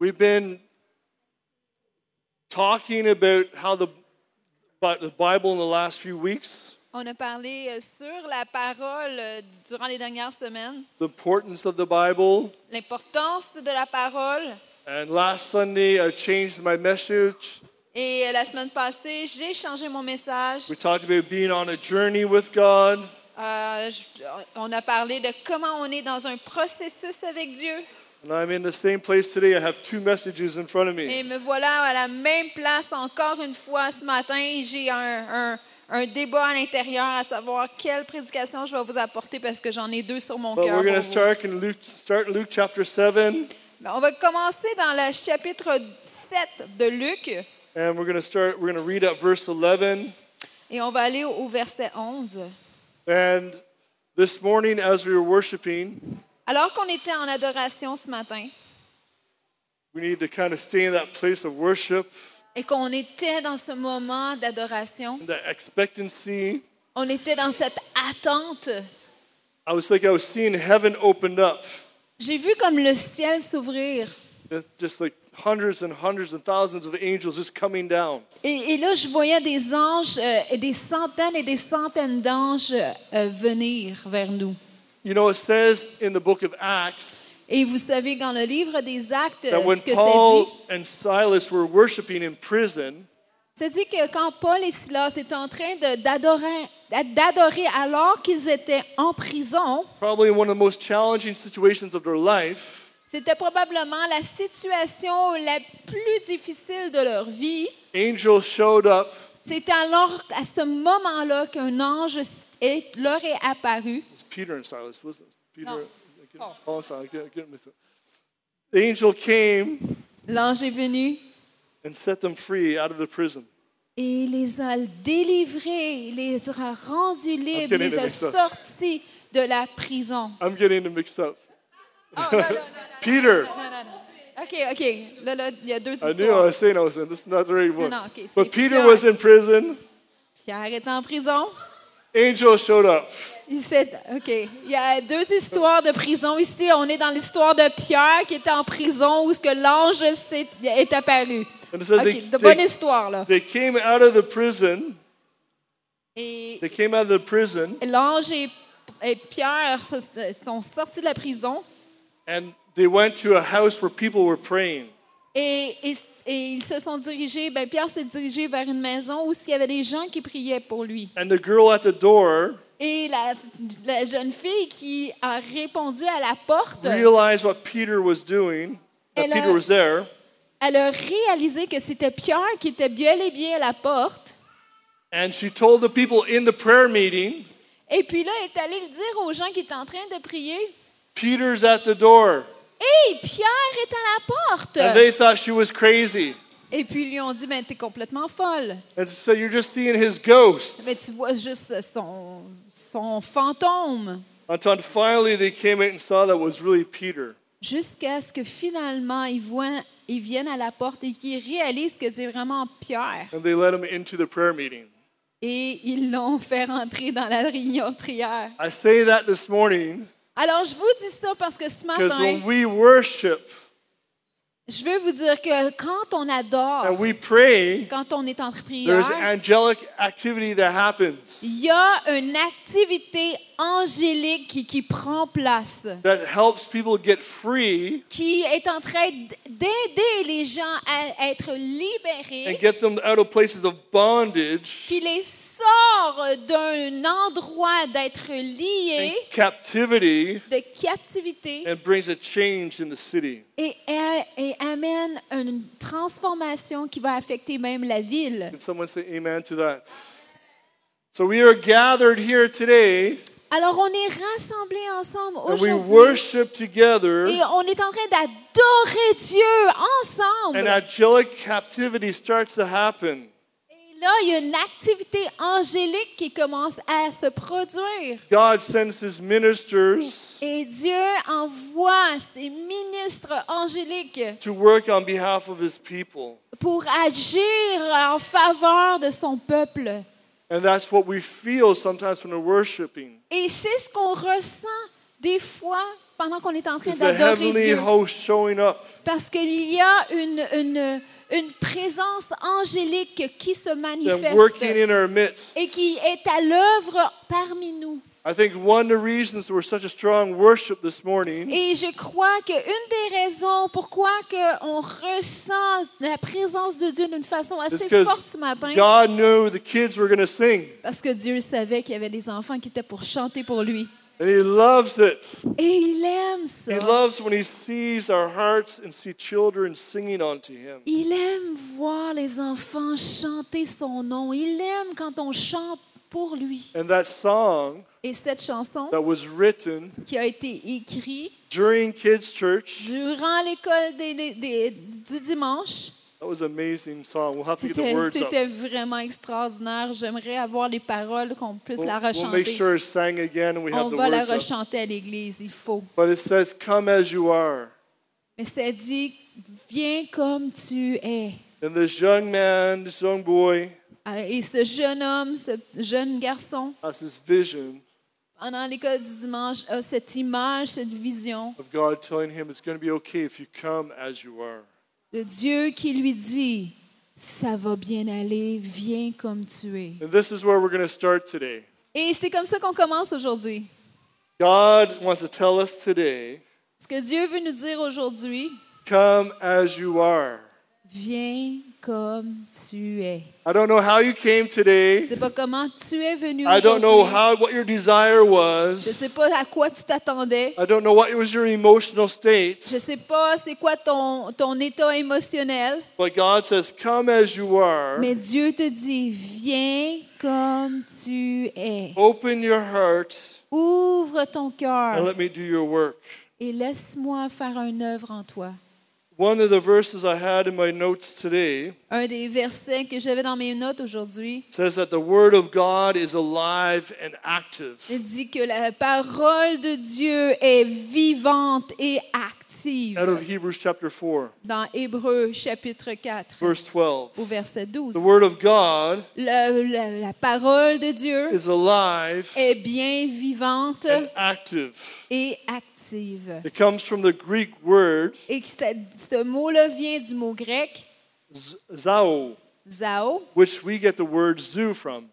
We've been talking about how the, about the Bible in the last few weeks, On a parlé euh, sur la parole euh, durant les dernières semaines, the importance of the Bible. l'importance de la parole. And last Sunday, I changed my message. Et euh, la semaine passée, j'ai changé mon message. We talked about being on a journey with God. Euh, je- on a parlé de comment on est dans un processus avec Dieu. And I'm in the same place today. I have two messages in front of me. Et me voilà à la même place encore une fois ce matin. J'ai un, un- un débat à l'intérieur à savoir quelle prédication je vais vous apporter parce que j'en ai deux sur mon But cœur. we're going to pour vous. start in Luke, start in Luke chapter 7, Ben, On va commencer dans le chapitre 7 de Luc and we're going to start, we're going to read at verse 11. et on va aller au, au verset 11. And this morning, as we were worshiping, Alors qu'on était en adoration ce matin we need to kind of stay in that place of worship, et qu'on était dans ce moment d'adoration, that expectancy. on était dans cette attente. I was like, I was seeing heaven opened up, J'ai vu comme le ciel s'ouvrir. just like hundreds and hundreds and thousands of angels just coming down. Et, et là, je voyais des anges, euh, et des centaines et des centaines d'anges euh, venir vers nous. You know, it says in the book of Acts Et vous savez, dans le livre des Actes, that when ce que c'est dit, Paul and Silas were worshiping in prison, c'est dit que quand Paul et Silas étaient en train de- d'adorer, d'adorer alors qu'ils étaient en prison, probably in one of the most challenging situations of their life, c'était probablement la situation la plus difficile de leur vie. angels showed up C'est alors à ce moment-là qu'un ange est- leur est apparu. It's Peter and Silas, wasn't it? Peter, No. I get- Paul. Paul and Silas. I get- I get mixed up. The angel came L'ange est venu and set them free out of the prison. Et il les a délivrés, il les a rendus Ok, libres, il les a mais ça. sortis de la prison. I'm getting them mixed up. Oh, non, non, non, Peter. non, non, non. OK, OK. Là, là, il y a deux I knew I histoires. was saying I was in. This is not the right one. no, okay, But c'est Peter plusieurs. was in prison. Pierre est en prison. Angels showed up. Il s'est- OK. Il y a deux histoires de prison ici. On est dans l'histoire de Pierre qui était en prison où ce que l'ange s'est- est apparu. And it says they, OK, de bonne they, histoire, là. they came out of the prison. Et They came out of the prison l'ange et, et Pierre se- sont sortis de la prison. and they went to a house where people were praying. Et, et- et ils se sont dirigés, ben Pierre s'est dirigé vers une maison où il y avait des gens qui priaient pour lui. And the girl at the door Et la, la jeune fille qui a répondu à la porte, realized what Peter was doing, that Elle Peter a- was there, elle a réalisé que c'était Pierre qui était bien et bien à la porte. and she told the people in the prayer meeting, Et puis là, elle est allée le dire aux gens qui étaient en train de prier. Peter's at the door. Hey, Pierre est à la And porte! they thought she was crazy. Et puis ils lui ont dit, ben t'es complètement folle. And so you're just seeing his ghost. Mais tu vois juste son, son fantôme. Until finally they came out and saw that was really Peter. jusqu'à ce que finalement ils, voient, ils viennent à la porte et qu'ils réalisent que c'est vraiment Pierre. And they let him into the prayer meeting. Et ils l'ont fait rentrer dans la réunion de prière. I say that this morning Alors, je vous dis ça parce que ce because when matin, we worship je veux vous dire que quand on and adore, we pray, quand on est en there's prière, angelic activity that happens il y a une activité angélique qui, qui prend place, that helps people get free qui est en train d'aider les gens à être libérés and get them out of places of bondage qui les sort d'un endroit d'être and liés captivity de captivité and brings a change in the city. et, et amène une transformation qui va affecter même la ville. Can someone say amen to that? So we are gathered here today Alors on est rassemblés ensemble and we aujourd'hui worship together et on est en train d'adorer Dieu and ensemble. angelic captivity starts to happen. Et là, il y a une activité angélique qui commence à se produire. God sends his ministers Et Dieu envoie ses ministres angéliques to work on behalf of his people. pour agir en faveur de son peuple. And that's what we feel sometimes when we're worshiping. Et c'est ce qu'on ressent des fois pendant qu'on est en train It's the d'adorer heavenly Dieu. host showing up. Parce qu'il y a une, une, une présence angélique qui se and working manifeste in our midst. et qui est à l'œuvre parmi nous. I think one of the reasons we're such a strong worship this morning Et je crois qu'une des raisons pourquoi que on ressent la présence de Dieu d'une façon is assez because forte ce matin, God knew the kids were going to sing, parce que Dieu savait qu'il y avait des enfants qui étaient pour chanter pour lui. and He loves it. Et il aime He ça. loves when He sees our hearts and see children singing unto Him. Il aime voir les enfants chanter son nom. Il aime quand on chante pour lui. And that song Et cette chanson that was written qui a été écrite during kids' church, durant l'école des- des- des- du dimanche, that was an amazing song. We'll have to get the C'était words hein. up. c'était vraiment extraordinaire. J'aimerais avoir les paroles qu'on puisse We'll, la we'll make rechanter. sure it's sang again, and we On have the va la words up. rechanter à l'église, il faut. But it says, "Come as you are." Mais ça dit, viens comme tu es. And this young man, this young boy, Et ce jeune homme, ce jeune garçon, has this vision pendant l'école du dimanche, a cette image, cette vision of God telling him it's going to be okay if you come as you are. de Dieu qui lui dit, ça va bien aller, viens comme tu es. And this is where we're going to start today. Et c'est comme ça qu'on commence aujourd'hui. God wants to tell us today Ce que Dieu veut nous dire aujourd'hui, come as you are. viens comme tu es. I don't know how you came Je today. sais pas comment tu es venu I don't know aujourd'hui. how what your desire Je was. sais pas à quoi tu t'attendais. I don't know what was your emotional state. Je sais pas c'est quoi ton, ton état émotionnel. But God says, come as you are. Mais Dieu te dit, viens comme tu es. Open your heart Ouvre ton and cœur let me do your work. et laisse-moi faire une œuvre en toi. One of the verses I had in my notes today Un des versets que j'avais dans mes notes aujourd'hui says that the word of God is alive and active. il dit que la parole de Dieu est vivante et active out of Hebrews chapter 4, dans Hébreux chapitre 4 verse 12. au verset 12. The Word of God Le- le- la parole de Dieu is alive est bien vivante and active. et active. It comes from the Greek word Et que ça- ce mot-là vient du mot grec z- zao, zao, which we get the word zoo from,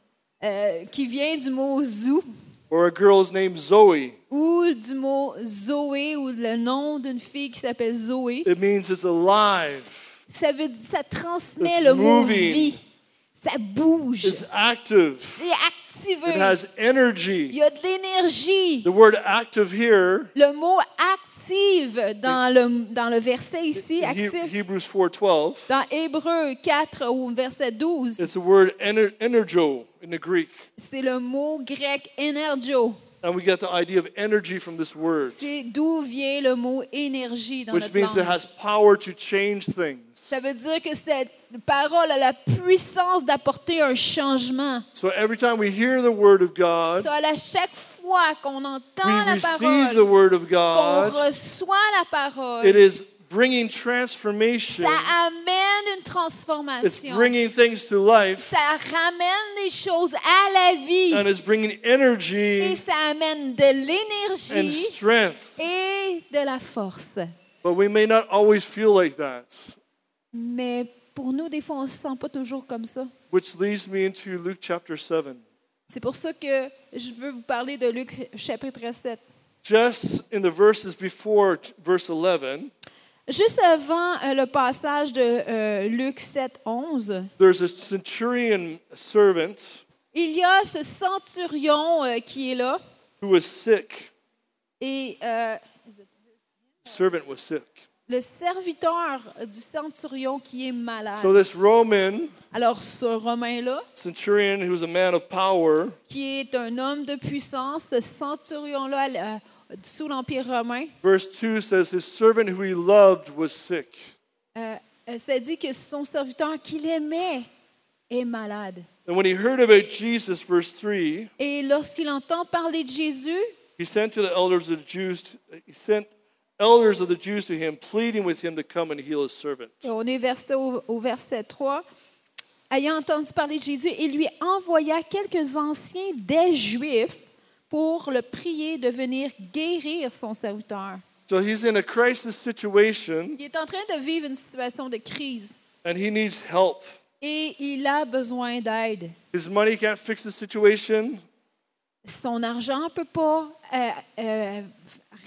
euh, qui vient du mot zou or a girl's name Zoe. ou du mot Zoé ou le nom d'une fille qui s'appelle Zoé. It means it's alive, Ça, veut, ça transmet It's le mot moving. vie. Ça bouge. it's active, C'est it activé. has Il energy. y a de l'énergie. The word active here Le mot active dans le, dans le verset ici, in He- actif, Hebrews 4:12, dans Hébreu 4 au verset 12, it's the word ener- energo in the Greek. C'est le mot grec energio. And we get the idea of energy from this word. C'est d'où vient le mot énergie dans which notre means it langue. has power to change things. Ça veut dire que cette parole a la puissance d'apporter un changement. So every time we hear the word of God, Ça, à chaque fois qu'on we entend la receive the parole, word of qu'on God, reçoit la it parole, is bringing transformation. ça amène une It's transformation. bringing things to life Ça ramène des choses à la and vie it's bringing et energy ça amène de and l'énergie strength. et de la force. But we may not always feel like that, Mais pour nous, des fois, on ne se sent pas toujours comme ça. which leads me into Luke chapter 7. C'est pour ça que je veux vous parler de Luc chapitre 7. Just in the verses before t- verse 11, Juste avant euh, le passage de euh, Luc 7, 11, there's a centurion servant il y a ce centurion euh, qui est là who was sick. et euh, servant was sick. le serviteur du centurion qui est malade. So this Roman Alors ce Romain-là, centurion who was a man of power qui est un homme de puissance, ce centurion-là euh, sous l'Empire romain, verse 2 says his servant who he loved was sick euh, euh, ça dit que son serviteur qu'il aimait est malade. and when he heard about jesus verse 3 Et lorsqu'il entend parler de Jésus, he sent to the elders of the jews he sent elders of the jews to him pleading with him to come and heal his servant Et On est versé au, au verset 3. Ayant entendu parler de Jésus, il lui envoya quelques anciens des Juifs pour le prier de venir guérir son serviteur. So he's in a crisis situation Il est en train de vivre une situation de crise and he needs help. et il a besoin d'aide. His money can't fix the situation. Son argent ne peut pas euh, euh,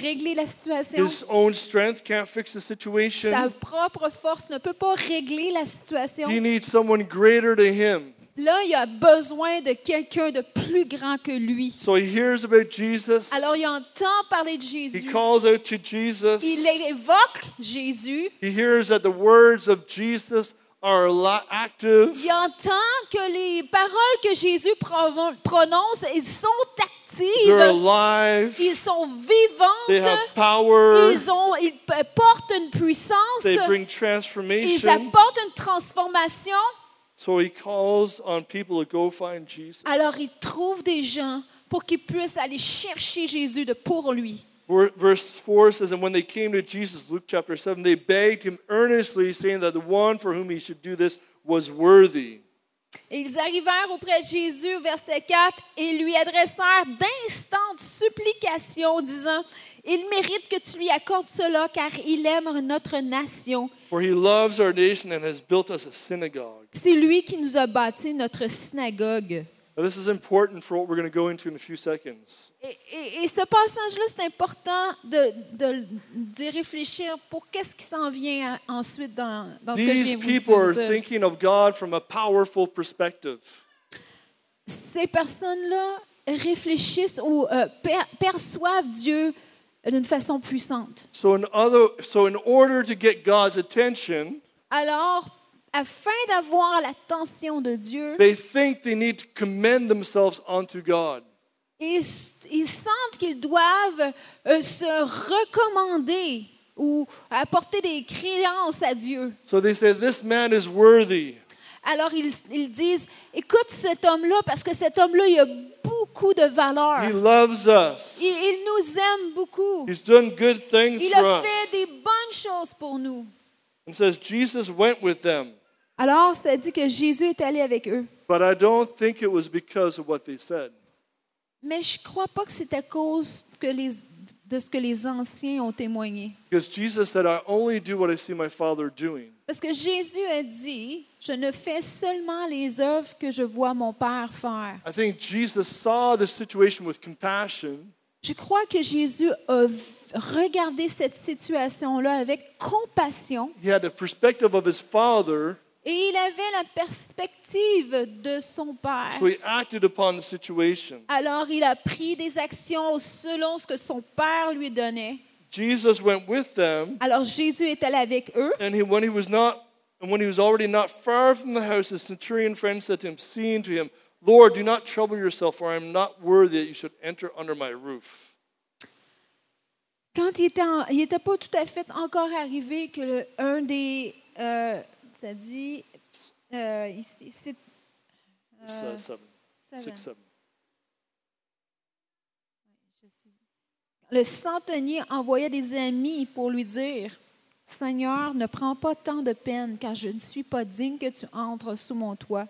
régler la situation. His own strength can't fix the Sa situation. propre force ne peut pas régler la situation. He needs someone greater to him. Là, il a besoin de quelqu'un de plus grand que lui. So he hears about Jesus. Alors, il entend parler de He Jésus. calls out to Jesus. Il évoque Jésus. He hears that the words of Jesus are li- active. Il entend que les paroles que Jésus provo- prononce, ils sont They're actives. alive. Ils sont They have vivantes. power. Ils, ont, ils p- portent une puissance. They bring Ils transformation. apportent une transformation. So he calls on people to go find Jesus. Alors, il trouve des gens pour qu'ils puissent aller chercher Jésus de pour lui. Ver- Verse 4 says, And when they came to Jesus, Luke chapter 7, they begged him earnestly, saying that the one for whom he should do this was worthy. Et ils arrivèrent auprès de Jésus, verset 4, et lui adressèrent d'instantes supplications, disant, Il mérite que tu lui accordes cela, car il aime notre nation. For he loves our nation and has built us a synagogue. C'est lui qui nous a bâti notre synagogue. Now, this is important for what we're going to go into in a few seconds. Et, et- et ce passage-là, c'est important de, de- d'y réfléchir pour qu'est-ce qui s'en vient en- ensuite dans, dans ce que je These viens vous people are dire. thinking of God from a powerful perspective. Ces personnes-là réfléchissent ou euh, per- perçoivent Dieu d'une façon puissante. So in, other, so, in order to get God's attention, Alors, afin d'avoir l'attention de Dieu, they think they need to commend themselves unto God. ils, ils sentent qu'ils doivent euh, se recommander ou apporter des créances à Dieu. So they say, This man is worthy. Alors ils, ils disent, écoute cet homme-là, parce que cet homme-là, il a beaucoup de valeur. He Il, loves us. il nous aime beaucoup. He's done good things Il for a us. fait des bonnes choses pour nous. And says, Jesus went with them. Alors, ça dit que Jésus est allé avec eux. But I don't think it was because of what they said. Mais je ne crois pas que c'est à cause que les- de ce que les anciens ont témoigné. Because Jesus said, I only do what I see my Father doing. Parce que Jésus a dit, je ne fais seulement les œuvres que je vois mon Père faire. I think Jesus saw the situation with compassion Je crois que Jésus a v- regardé cette situation-là avec compassion He had a perspective of his father, Et il avait la perspective de son père. so he acted upon the situation. Alors il a pris des actions selon ce que son père lui donnait. Jesus went with them, Alors Jésus est allé avec eux. and he, when he was not, and when he was already not far from the house, his centurion friend said to him, seeing to him, "Lord, do not trouble yourself, for I am not worthy that you should enter under my roof." Quand il était, en- il était pas tout à fait encore arrivé que le- un des, euh, ça dit, euh, ici, c'est It's, uh, seven, ça va. six, seven. Le centenier envoya des amis pour lui dire Seigneur, ne prends pas tant de peine, car je ne suis pas digne que tu entres sous mon toit.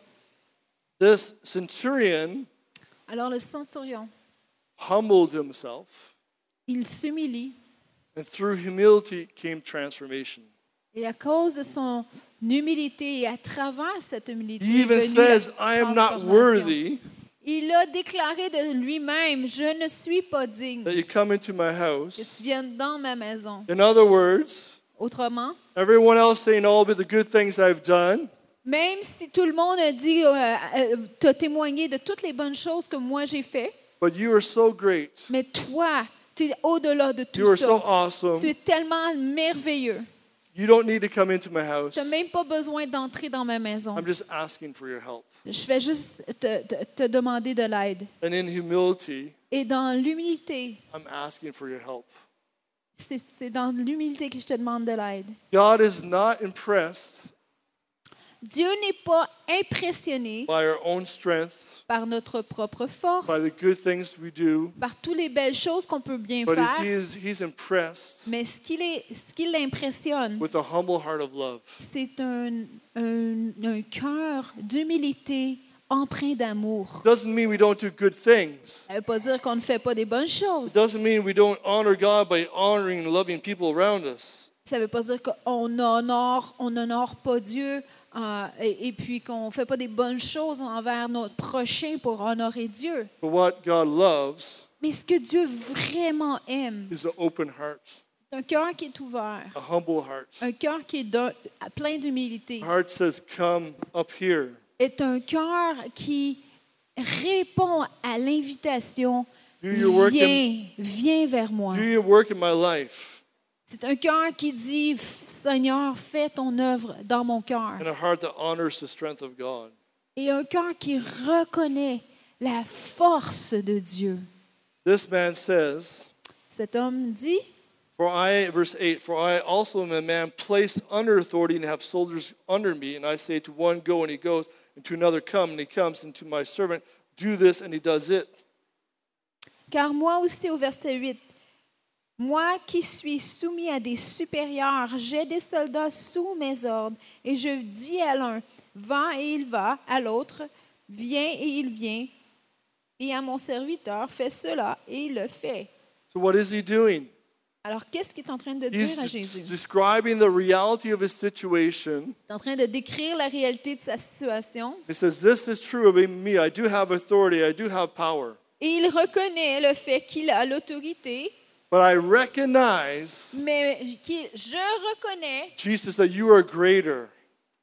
This centurion Alors le centurion, humbled himself, il s'humilie and through humility came transformation. et à cause de son humilité et à travers cette humilité, He even est venue la says, "I am not transformation. worthy Il a déclaré de lui-même Je ne suis pas digne that you come into my que house." tu viennes dans ma maison. In other words. Autrement, Everyone else saying all but the good things I've done. même si tout le monde a dit euh, euh, T'as témoigné de toutes les bonnes choses que moi j'ai fait, But you are so great. mais toi, tu es au-delà de You tout are so ça. Tu awesome. es tellement merveilleux. You don't need to come into my house. Tu n'as même pas besoin d'entrer dans ma maison. I'm just asking for your help. Je vais juste te, te- te demander de l'aide. And in humility, Et dans l'humilité, I'm asking for your help. c'est c'est dans l'humilité que je te demande de l'aide. God is not impressed Dieu n'est pas impressionné by our own strength, par notre propre force, by the good things we do, par toutes les belles choses qu'on peut bien but he's, he faire, is, He's impressed mais ce qui l'est- ce qui l'impressionne, with a humble heart of love. c'est un, un- un cœur d'humilité empreint d'amour. Doesn't mean we don't do good things. Ça ne veut pas dire qu'on ne fait pas des bonnes choses. Doesn't mean we don't honor God by honoring and loving people around us. Ça ne veut pas dire qu'on honore, on honore pas Dieu euh, et, et puis qu'on ne fait pas des bonnes choses envers notre prochain pour honorer Dieu. But what God loves Mais ce que Dieu vraiment aime, is an open heart, c'est un cœur qui est ouvert, a humble heart. un cœur qui est d'un- plein d'humilité, A heart says, Come up here. est un cœur qui répond à l'invitation. Do your work in, Viens, viens vers moi. do your work in my life. C'est un cœur qui dit, Seigneur, fais ton œuvre dans mon cœur. And a heart that honors the strength of God. Et un cœur qui reconnaît la force de Dieu. This man says, Cet homme dit, For I, verse 8, for I also am a man placed under authority and have soldiers under me. And I say to one, Go, and he goes, and to another, Come, and he comes, and to my servant, Do this, and he does it. Car moi aussi, au verset 8, moi qui suis soumis à des supérieurs, j'ai des soldats sous mes ordres, et je dis à l'un, va et il va, à l'autre, viens et il vient, et à mon serviteur, fais cela, et il le fait. So, what is he doing? Alors, qu'est-ce qu'il est en train de He's dire à de- Jésus? describing the reality of his situation. Il est en train de décrire la réalité de sa situation, He says, This is true of me. I do have authority, I do have power. et il reconnaît le fait qu'il a l'autorité, But I recognize, mais qu'il- je reconnais Jesus, that you are greater,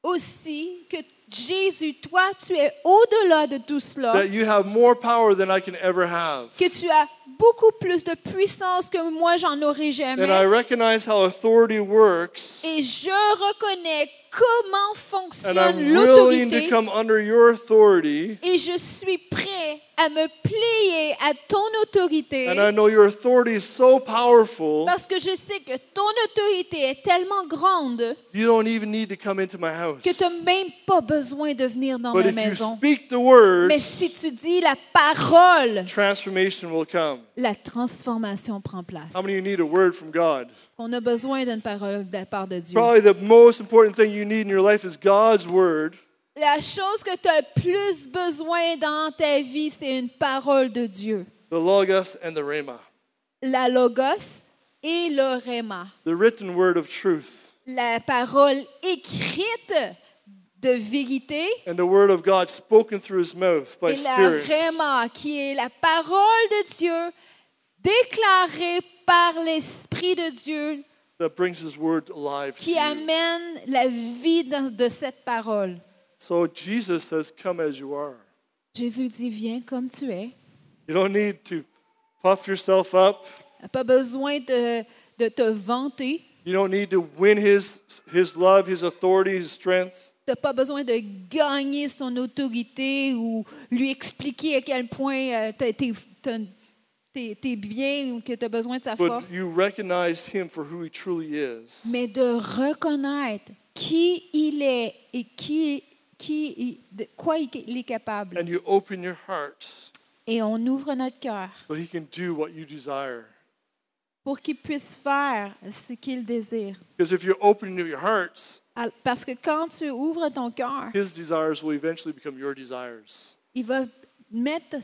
aussi que Jésus, toi, tu es au-delà de tout cela, that you have more power than I can ever have. que tu as beaucoup plus de puissance que moi, j'en aurais And I jamais. recognize how authority works. Et je reconnais comment And I'm fonctionne willing to l'autorité. come under your authority. Et je suis prêt à me plier à ton And I autorité know your authority is so powerful, parce que je sais que ton autorité est tellement grande you don't even need to come into my house. que tu n'as même pas besoin de venir dans But ma if you maison. speak the word, Mais si tu dis la parole, transformation will come. la transformation prend place. How many of you need a word from God? On a besoin d'une parole de la part de Dieu. Probably the most important thing you need in your life is God's word. La chose que tu as le plus besoin dans ta vie, c'est une parole de Dieu. The Logos and the Rhema, La logos et le rhéma. the written word of truth, La parole écrite de vérité and the word of God spoken through his mouth by et la spirit. rhéma qui est la parole de Dieu déclarée par l'Esprit de Dieu that brings his word alive. To qui you. amène la vie dans- de cette parole. So Jesus says, Come as you are. Jésus dit, viens comme tu es. You don't need to puff yourself up. Pas besoin de- de te vanter. You don't need to win his, his love, his authority, his strength. Tu n'as pas besoin de gagner son autorité ou lui expliquer à quel point euh, tu es bien ou que tu as besoin de sa But force, you recognize him for who he truly is. mais de reconnaître qui il est et qui, qui, de quoi il est capable. And you open your heart Et on ouvre notre cœur so he can do what you desire. pour qu'il puisse faire ce qu'il désire. Because if you're open to your heart, Al- Parce que quand tu ouvres ton cœur, his desires will eventually become your desires. il va mettre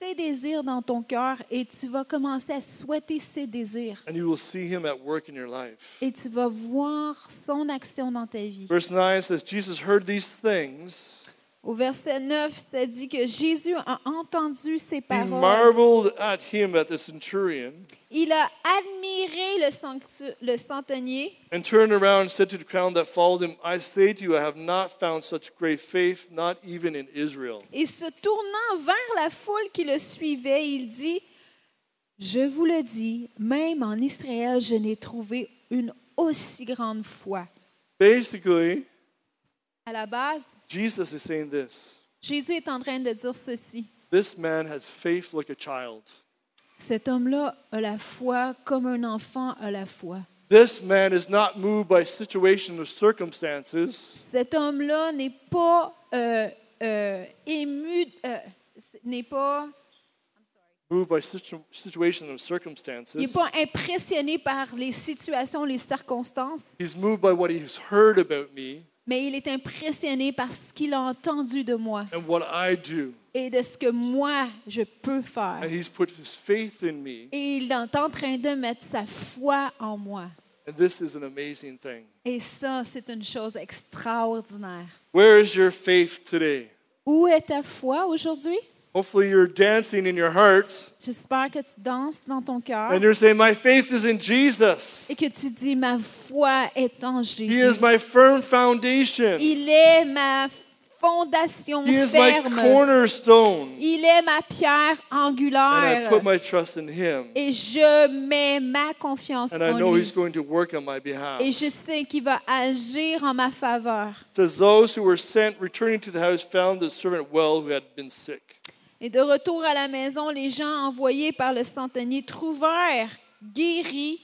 ses désirs dans ton cœur et tu vas commencer à souhaiter ses désirs. And you will see him at work in your life. et tu vas voir son action dans ta vie. Verse 9 says, Jesus heard these things. Au verset 9, ça dit que Jésus a entendu ces He paroles. marveled at him, at the centurion, Il a admiré le, sanctu- le centenier and turned around and said to the crowd that followed him, I say to you, I have not found such great faith, not even in Israel. et se tournant vers la foule qui le suivait, il dit, Je vous le dis, même en Israël, je n'ai trouvé une aussi grande foi. Basically, À la base, Jesus is saying this Jésus est en train de dire ceci. This man has faith like a child. Cet homme-là a la foi comme un enfant a la foi. This man is not moved by situation or circumstances. cet homme-là n'est pas euh, euh, ému, euh, n'est pas, Moved by situ- situation or il n'est circumstances. pas impressionné par les situations, les circonstances. He's moved by what he's heard about me mais il est impressionné par ce qu'il a entendu de moi and what I do. et de ce que moi, je peux faire. And he's put his faith in me. Et il est en train de mettre sa foi en moi. And this is an amazing thing. Et ça, c'est une chose extraordinaire. Where is your faith today? Où est ta foi aujourd'hui? Hopefully, you're dancing in your hearts J'espère que tu danses dans ton cœur and you're saying, My faith is in Jesus. et que tu dis, ma foi est en He Jésus. is my firm foundation, Il est ma fondation He is my ferme. cornerstone. Il est ma pierre And I angulaire. put my trust in Him. Et je mets ma confiance And I en know He's lui. going to work on my behalf. Et It je sais qu'il va agir en ma faveur. says, Those who were sent returning to the house found the servant well who had been sick. Et de retour à la maison, les gens envoyés par le centenier trouvèrent guéri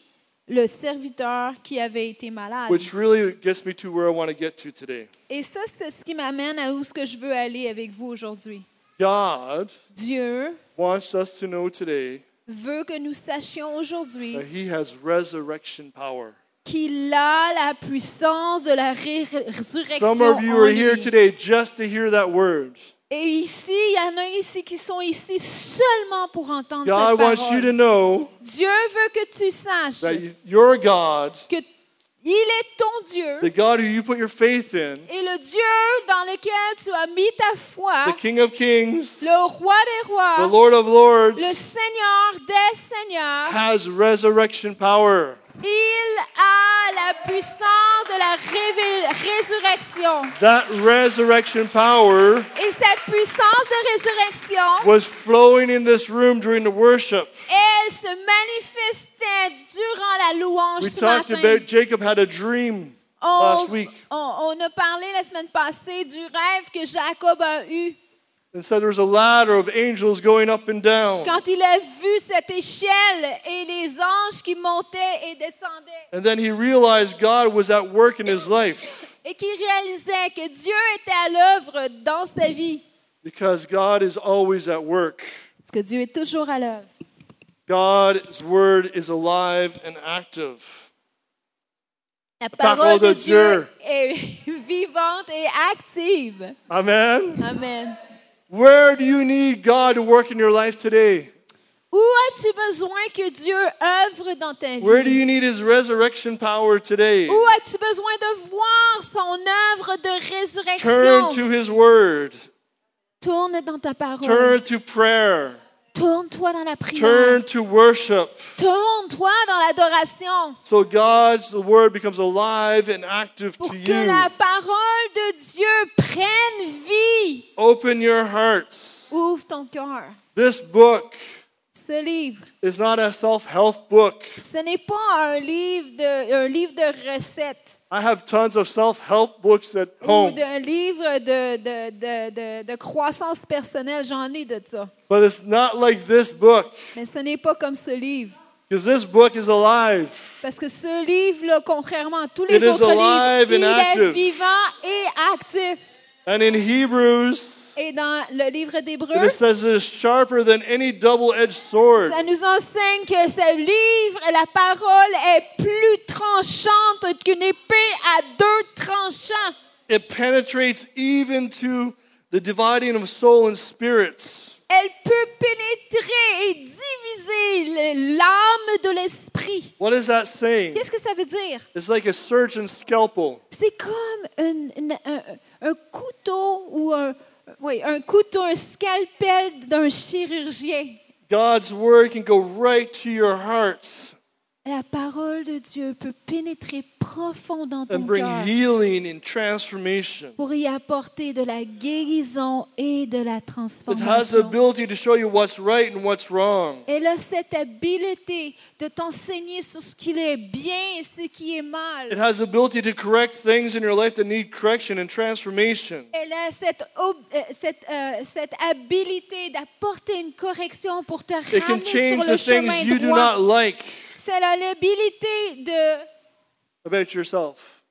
le serviteur qui avait été malade. Which really gets me to where I want to get to today. Et ça, c'est ce qui m'amène à où ce que je veux aller avec vous aujourd'hui. God Dieu wants us to know today veut que nous sachions aujourd'hui that He has resurrection power. qu'il a la puissance de la ré- résurrection. Some of you en are lui. here today just to hear that word. Et ici, il y en a ici qui sont ici seulement pour entendre God cette wants you parole. to know Dieu veut que tu saches that you- your God, que il est ton Dieu the God who you put your faith in, et le Dieu dans lequel tu as mis ta foi, the King of Kings, le roi des the rois, Lord of Lords, le Seigneur des seigneurs, has resurrection power. il a la puissance de la révé- résurrection. That resurrection power Et cette puissance de résurrection, was flowing in this room during the worship. elle se manifestait durant la louange We ce talked matin. about Jacob had a dream last On, week on- on a parlé la semaine passée du rêve que Jacob a eu and said there was a ladder of angels going up and down. quand il a vu cette échelle et les anges qui montaient et descendaient And then he realized God was at work in his life et qui réalisait que Dieu était à l'œuvre dans sa vie. because God is always at work. Parce que Dieu est toujours à l'œuvre. God's word is alive and active. La parole parole de de Dieu. Dieu est vivante et active. Amen. Amen. Where do you need God to work in your life today? Où as-tu besoin que Dieu œuvre dans ta Where do vie? you need his resurrection power today? Où as-tu besoin de voir son œuvre de Turn résurrection? to his word. Tourne dans ta parole. Turn to prayer. Tourne-toi dans la prière. Turn to worship. Tourne-toi dans l'adoration. So God's word becomes alive and active Pour to que you. la parole de Dieu prenne vie. Open your hearts. Ouvre ton cœur. This book Ce livre, is not a self-help book. ce n'est pas un livre de, un livre de recettes I have tons of self-help books at ou home, d'un livre de, de, de, de, de croissance personnelle. J'en ai de ça. but it's not like this book Mais ce n'est pas comme ce livre. because this book is alive. Parce que ce livre-là, contrairement à tous les It is autres livres, alive il and active. est vivant et actif. And in Hebrews, Et dans le livre it d'Hébreux, says it is sharper than any double-edged sword. ça nous enseigne que ce livre, la parole, est plus tranchante qu'une épée à deux tranchants. It penetrates even to the dividing of soul and spirits. Elle peut pénétrer et diviser le- l'âme de l'esprit. What is that saying? Qu'est-ce que ça veut dire? It's like a surgeon's scalpel. C'est comme une- une- un, un couteau ou un, oui, un couteau, un scalpel d'un chirurgien. God's word can go right to your heart La parole de Dieu peut pénétrer profond dans ton and bring cœur healing and transformation. pour y apporter de la guérison et de It la has the transformation. ability to show you what's right and what's wrong. Elle a cette habileté de t'enseigner sur ce qui est bien et ce qui est mal. It has the ability to correct things in your life that need correction and transformation. Elle a cette, ob- euh, cette, euh, cette habilité d'apporter une correction pour te It can ramener change sur the le chemin things you do droit. not like Elle a l'habilité de, about yourself.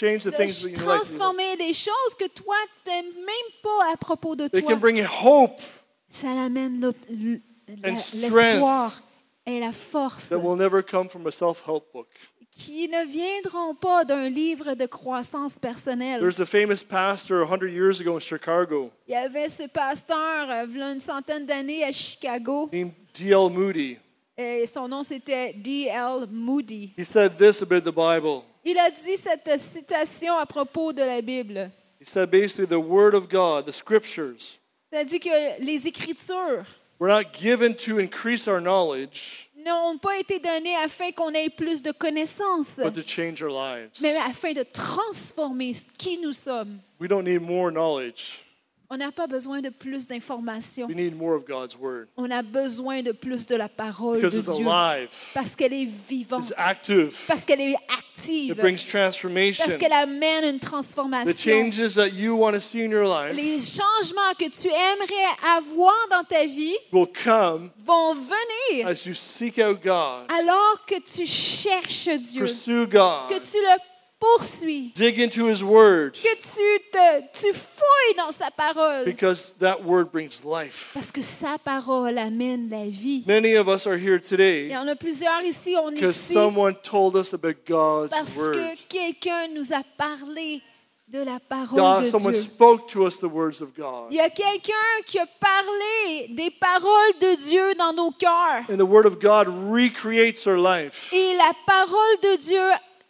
Change the de things that you like. transformer des choses que toi, tu n'aimes même pas à propos de It can toi. bring you hope Ça l'amène l'op- l- And la- l'espoir strength. et la force that will never come from a self-help book. qui ne viendront pas d'un livre de croissance personnelle. There's a famous pastor 100 years ago in Chicago Il y avait ce pasteur, euh, v'là une centaine d'années à Chicago, named D.L. Moody. et son nom c'était D.L. Moody. He said this about the Bible. Il a dit cette citation à propos de la Bible. He said basically the Word of God, the Scriptures, Il a dit que les Écritures were not given to increase our knowledge, n'ont pas été données afin qu'on ait plus de connaissances, but to change our lives. mais afin de transformer qui nous sommes. We don't need more knowledge. On n'a pas besoin de plus d'informations. We need more of God's Word On a besoin de plus de la parole de because it's Dieu alive, parce qu'elle est vivante, it's active, parce qu'elle est it active, brings parce transformation. qu'elle amène une The transformation. changes that you want to see in your life Les changements que tu aimerais avoir dans ta vie will come vont venir as you seek out God, alors que tu cherches Dieu, pursue God, que tu le poursuis, dig into His Word que tu, te, tu fouilles dans sa parole, because that Word brings life. parce que sa parole amène la vie. Many of us are here Il y today en a plusieurs ici, on est because ici someone told us about parce God's Word. que quelqu'un nous a parlé de la parole God, de someone Dieu. spoke to us the words of God. Il y a quelqu'un qui a parlé des paroles de Dieu dans nos cœurs. And the Word of God recreates our life. Et la parole de Dieu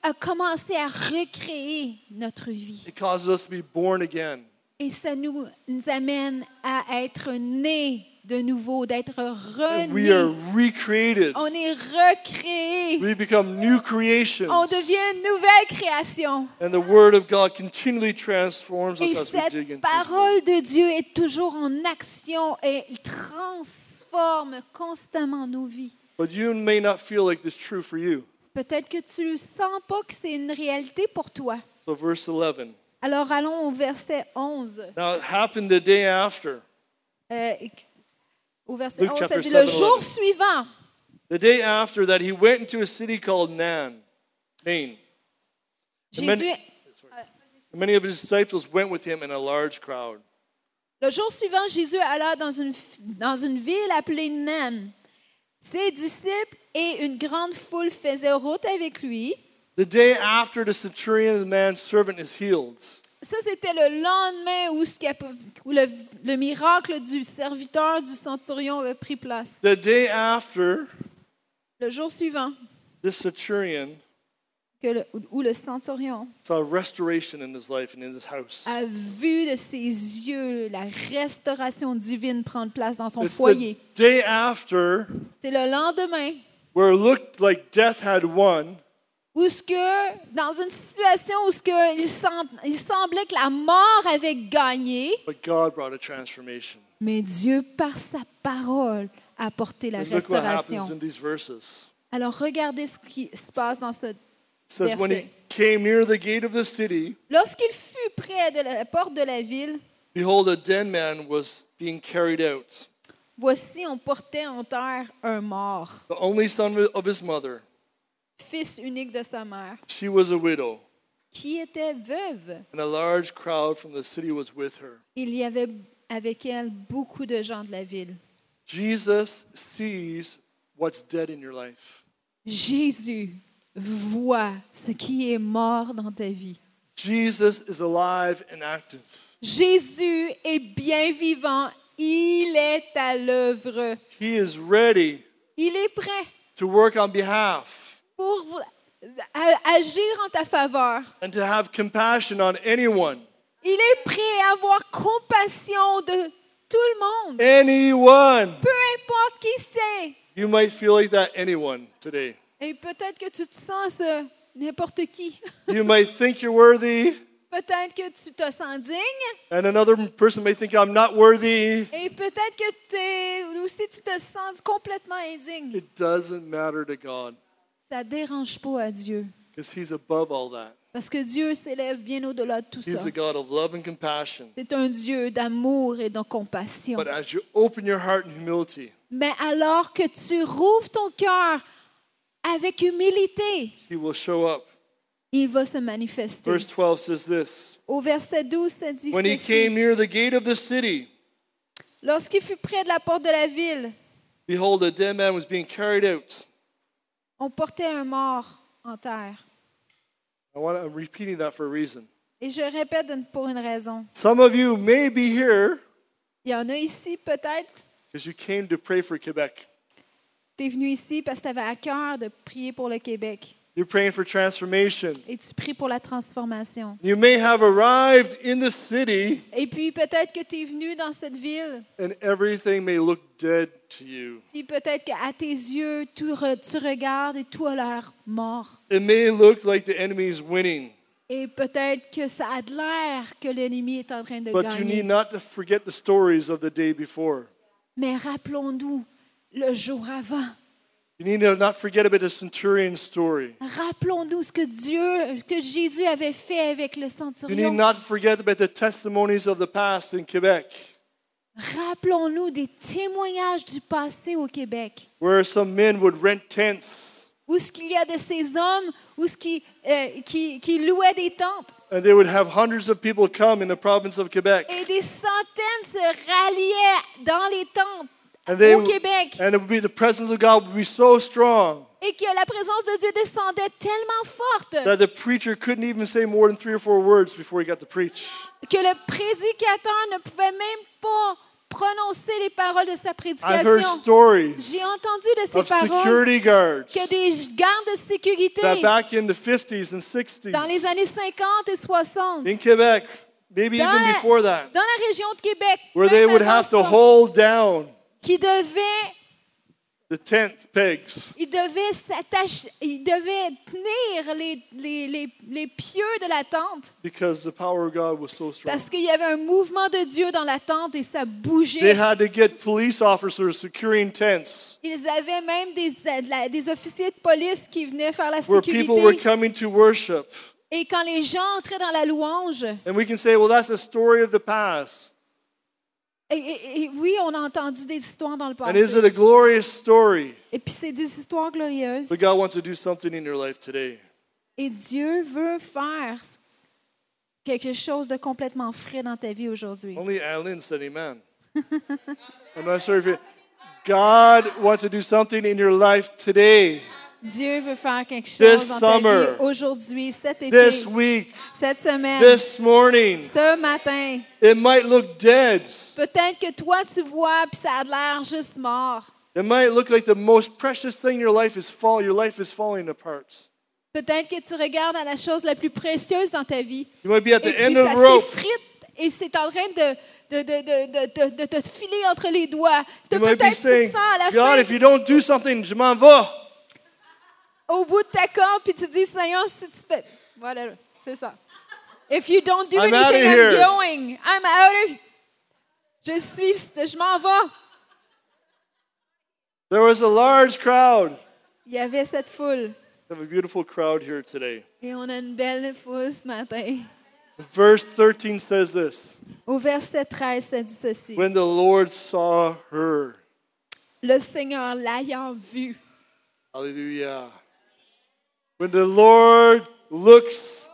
a commencé à recréer notre vie. It causes us to be born again. Et ça nous, nous amène à être nés de nouveau, d'être And we are renés. recreated. On est recréés. We become new creations. On devient une nouvelle création. And the Word of God continually transforms Et us as we dig cette into His Word. parole de Dieu est toujours en action et elle transforme constamment nos vies. But you may not feel like this is true for you. Peut-être que tu ne sens pas que c'est une réalité pour toi. So, verse 11. Alors allons au verset 11. Now, it happened the day after. Euh, ex- au verset Luke 11, ça chapter dit, le 7, jour 11. suivant, The day after that, he went into a city called Nan, Nain. And Jésus, many, and many of his disciples went with him in a large crowd. le jour suivant, Jésus alla dans une, f- dans une ville appelée Nan. Ses disciples et une grande foule faisaient route avec lui. The day after the centurion man's servant is healed, Ça, c'était le lendemain où, ce qui a- où le, le miracle du serviteur du centurion avait pris place. the day after Le jour suivant, this centurion que le- où le centurion saw restoration in his life and in his house. a vu de ses yeux la restauration divine prendre place dans son It's the foyer. day after C'est le lendemain where it looked like death had won, où ce que, dans une situation où ce que il, sem- il semblait que la mort avait gagné, but God brought a transformation. mais Dieu, par sa parole, a apporté la And look what happens restauration. in these verses. Alors regardez ce qui se passe dans ce... It says, when he Verset. came near the gate of the city, Lorsqu'il fut près de la porte de la ville, behold, a dead man was being carried out, voici, on portait en terre un mort, the only son of his mother. fils unique de sa mère, She was a widow, qui était veuve. and a large crowd from the city was with her. Il y avait avec elle beaucoup de gens de la ville. Jesus sees what's dead in your life. Jésus voit ce qui est mort dans ta vie. Jesus is alive and active. Jésus est bien vivant. Il est à l'œuvre. He is ready Il est prêt to work on behalf pour à- agir en ta faveur. and to have compassion on anyone. Il est prêt à avoir compassion de tout le monde. Anyone! Peu importe qui c'est. You might feel like that anyone today. Et peut-être que tu te sens euh, n'importe qui. You might think you're worthy, Peut-être que tu te sens digne. and another person may think I'm not worthy. Et peut-être que t'es, aussi tu te sens complètement indigne. It doesn't matter to God Ça dérange pas à Dieu. because He's above all that. Parce que Dieu s'élève bien au-delà de tout ça. He's a God of love and compassion. C'est un Dieu d'amour et de compassion. But uh, as you open your heart in humility, Mais alors que tu rouvres ton cœur avec humilité, He will show up. il va se manifester. Verse 12 says this Au verset 12, ça dit When he ceci. came near the gate of the city, Lorsqu'il fut près de la porte de la ville, behold, a dead man was being carried out, on portait un mort en terre. I want, I'm repeating that for a reason. Et je répète une- pour une raison. Some of you may be here Il y en a ici, peut-être, because you came to pray for Quebec. tu es venu ici parce que tu avais à cœur de prier pour le Québec You're praying for transformation. et tu pries pour la transformation. You may have arrived in the city Et puis peut-être que tu es venu dans cette ville, and everything may look dead to you. puis peut-être qu'à tes yeux, tout re- tu regardes et tout a l'air mort. It may look like the enemy is winning, Et peut-être que ça a de l'air que l'ennemi est en train de but you gagner. need not to forget the stories of the day before. Mais rappelons-nous le jour avant. You need to not forget about the centurion's story. Rappelons-nous ce que Dieu, que Jésus avait fait avec You le need centurion. not forget about the testimonies of the past in Quebec, Rappelons-nous des témoignages du passé au Québec. where some men would rent tents Où ce qu'il y a de ces hommes, où ce qui, euh, qui, qui louaient des tentes. and they would have hundreds of people come in the province of Quebec. Et des centaines se ralliaient dans les tentes And they, au Québec. and it would be the presence of God would be so strong Et que la présence de Dieu descendait tellement forte that the preacher couldn't even say more than three or four words before he got to preach. que le prédicateur ne pouvait même pas prononcer les paroles de sa I've heard prédication. stories J'ai entendu de ces of paroles security guards que des gardes de sécurité that back in the 50s and dans les 60s années 50 et 60, in Quebec, maybe dans, even la, before that, dans la région de Québec, where même they would avant have to ça, hold down qui devaient, the tent pegs ils devaient s'attacher, ils devaient tenir les, les, les, les pieux de la tente because the power of God was so strong. parce qu'il y avait un mouvement de Dieu dans la tente et ça They bougeait. had to get police officers securing tents Ils avaient même des, de la- des officiers de police qui venaient faire la where people were sécurité. coming to worship. Et quand les gens entraient dans la louange, And we can say, well, that's a story of the past. et, et- et oui, on a entendu des histoires dans le And is passé. it a glorious story? Et puis c'est des histoires glorieuses. But God wants to do something in your life today. Et Dieu veut faire quelque chose de complètement frais dans ta vie aujourd'hui. Only Alan said amen. I'm not sure if you. God wants to do something in your life today, Dieu veut faire quelque chose dans ta summer. vie aujourd'hui, cet été, this week, cette semaine, this morning. ce matin. It might look dead. Peut-être que toi, tu vois, puis ça a l'air juste mort. It might look like the most precious thing in your life is fall. Your life is falling apart. Peut-être que tu regardes à la chose la plus précieuse dans ta vie. You might be at Et the puis end of ça the rope. s'effrite et c'est en train de, de, de, de, de, de, de te filer entre les doigts. De You might be peut-être que tu saying, te sens à la God, fin if you don't do something, je m'en vais. au bout de ta corde, puis tu dis, Seigneur, si tu fais... Voilà, c'est ça. If you don't do I'm outta anything, I'm here. going. I'm out of... Je suis... Je m'en vais. There was a large crowd. Il y avait cette foule. We have a beautiful crowd here today. Et on a une belle foule ce matin. Verse 13 says this. Au verset 13, ça dit ceci. When the Lord saw her, Le Seigneur l'ayant vu. hallelujah. When the Lord looks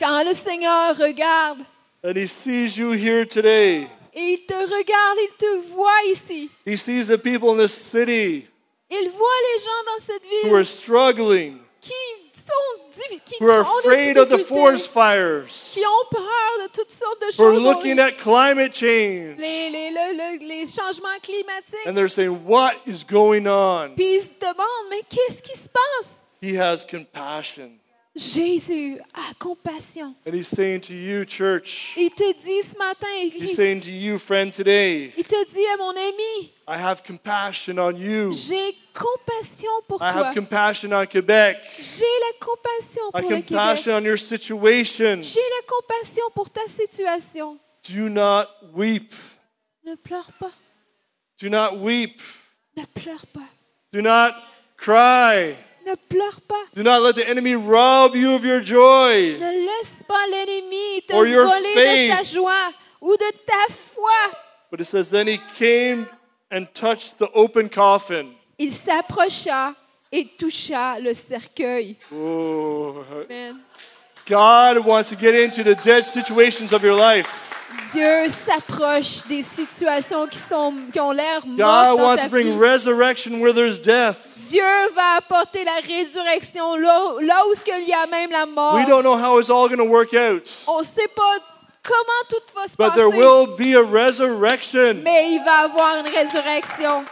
Quand le Seigneur regarde, and he sees you here today, et il te regarde, il te voit ici. he sees the people in this city Il voit les gens dans cette who are ville struggling, qui sont... divi- qui who are ont des afraid of the difficultés. forest fires, qui ont peur de toutes sortes de who are choses. looking at climate change, les, les, le- le- les changements climatiques. and they're saying, What is going on? Puis ils se demandent, mais qu'est-ce qui se passe? He has compassion. Jésus a compassion. And he's saying to you, church, Il te dit ce matin, he's Église, saying to you, friend, today, il te dit à mon ami, I have compassion on you. j'ai compassion pour I toi. have compassion on Quebec. J'ai la compassion I pour le compassion Québec. on your situation. J'ai la compassion pour ta situation. Do not weep. Ne pleure pas. Do not weep. Ne pleure pas. Do not cry. Ne pleure pas. Do not let the enemy rob you of your joy. Ne laisse pas l'ennemi te Or your voler de ta faith. joie ou de ta foi. But it says, Then he came and touched the open coffin. Il s'approcha et toucha le cercueil. Oh. Amen. God wants to get into the dead situations of your life. Dieu s'approche des situations qui, sont, qui ont l'air mortes God dans wants ta to bring vie. resurrection where there's death. Dieu va apporter la résurrection là, là où ce qu'il y a même la mort. We don't know how it's all going to work out, On ne sait pas comment tout va se but there passer, will be a resurrection. mais il va avoir une résurrection.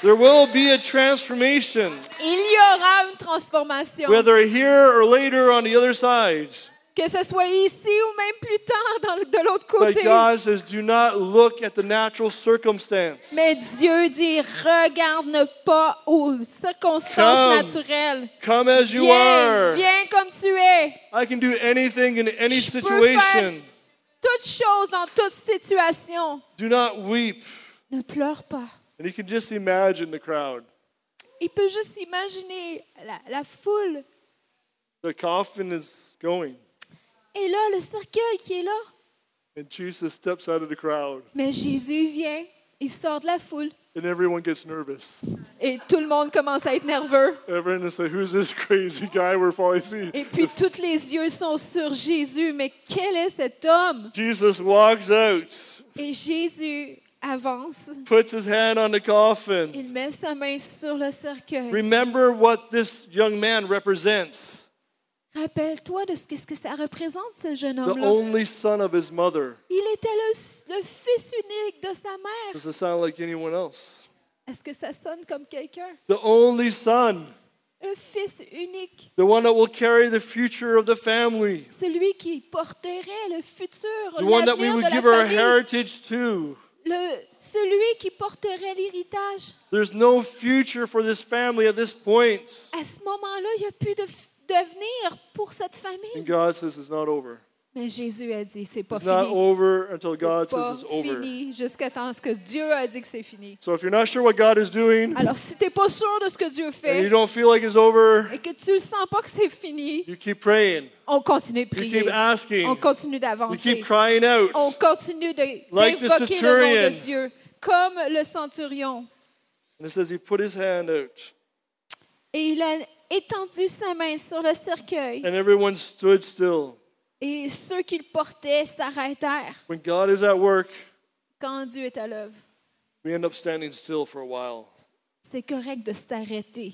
There will be a transformation, Il y aura une transformation. whether here or later on the other side. Que ce soit ici ou même plus tard dans le- de l'autre But côté. God says, do not look at the natural circumstance. Mais Dieu dit, regarde ne pas aux circonstances Come. naturelles. Come as you Viens, are. viens comme tu es. I can do anything in any Je peux faire situation. toutes choses dans toute situation. Do not weep. Ne pleure pas. And you can just imagine the crowd. Il peut juste imaginer la, la foule. The coffin is going, Et là, le cercueil qui est là. and Jesus steps out of the crowd, Mais Jésus vient, il sort de la foule. and everyone gets nervous. Et tout le monde commence à être nerveux. Everyone is like, "Who's this crazy guy we're following?" Et See, puis tous les yeux sont sur Jésus. Mais quel est cet homme? Jesus walks out, Et Jésus avance. puts his hand on the coffin. Il met sa main sur le cercueil. Remember what this young man represents: Rappelle-toi de ce que, ce que ça représente, ce jeune the homme-là. only son of his mother. Il était le, le fils unique de sa mère. Does it sound like anyone else? Est-ce que ça sonne comme quelqu'un? The only son, Un fils unique. the one that will carry the future of the family, Celui qui porterait le futur, the one that we l'avenir de would la give our famille. heritage to. Le- celui qui porterait l'héritage. There's no future for this family at this point. À ce moment-là, il n'y a plus de f- d'avenir pour cette And famille. God says it's not over. Mais Jésus a dit, c'est pas It's not fini. over until C'est God says pas it's over. fini jusqu'à temps que Dieu a dit que c'est fini. So if you're not sure what God is doing Alors, si tu n'es pas sûr de ce que Dieu and you fait don't feel like it's over, et que tu ne sens pas que c'est fini, you keep praying. on continue de You prier. keep asking. On continue You d'avancer. keep crying On out. continue de- Like the d'invoquer le nom de centurion. Dieu, comme le centurion. And it says he put his hand out Et il a étendu sa main sur le cercueil. and everyone stood still. Et ceux qui le portaient s'arrêtèrent When God is at work, quand Dieu est à l'œuvre. we end up standing still for a while. C'est correct de s'arrêter.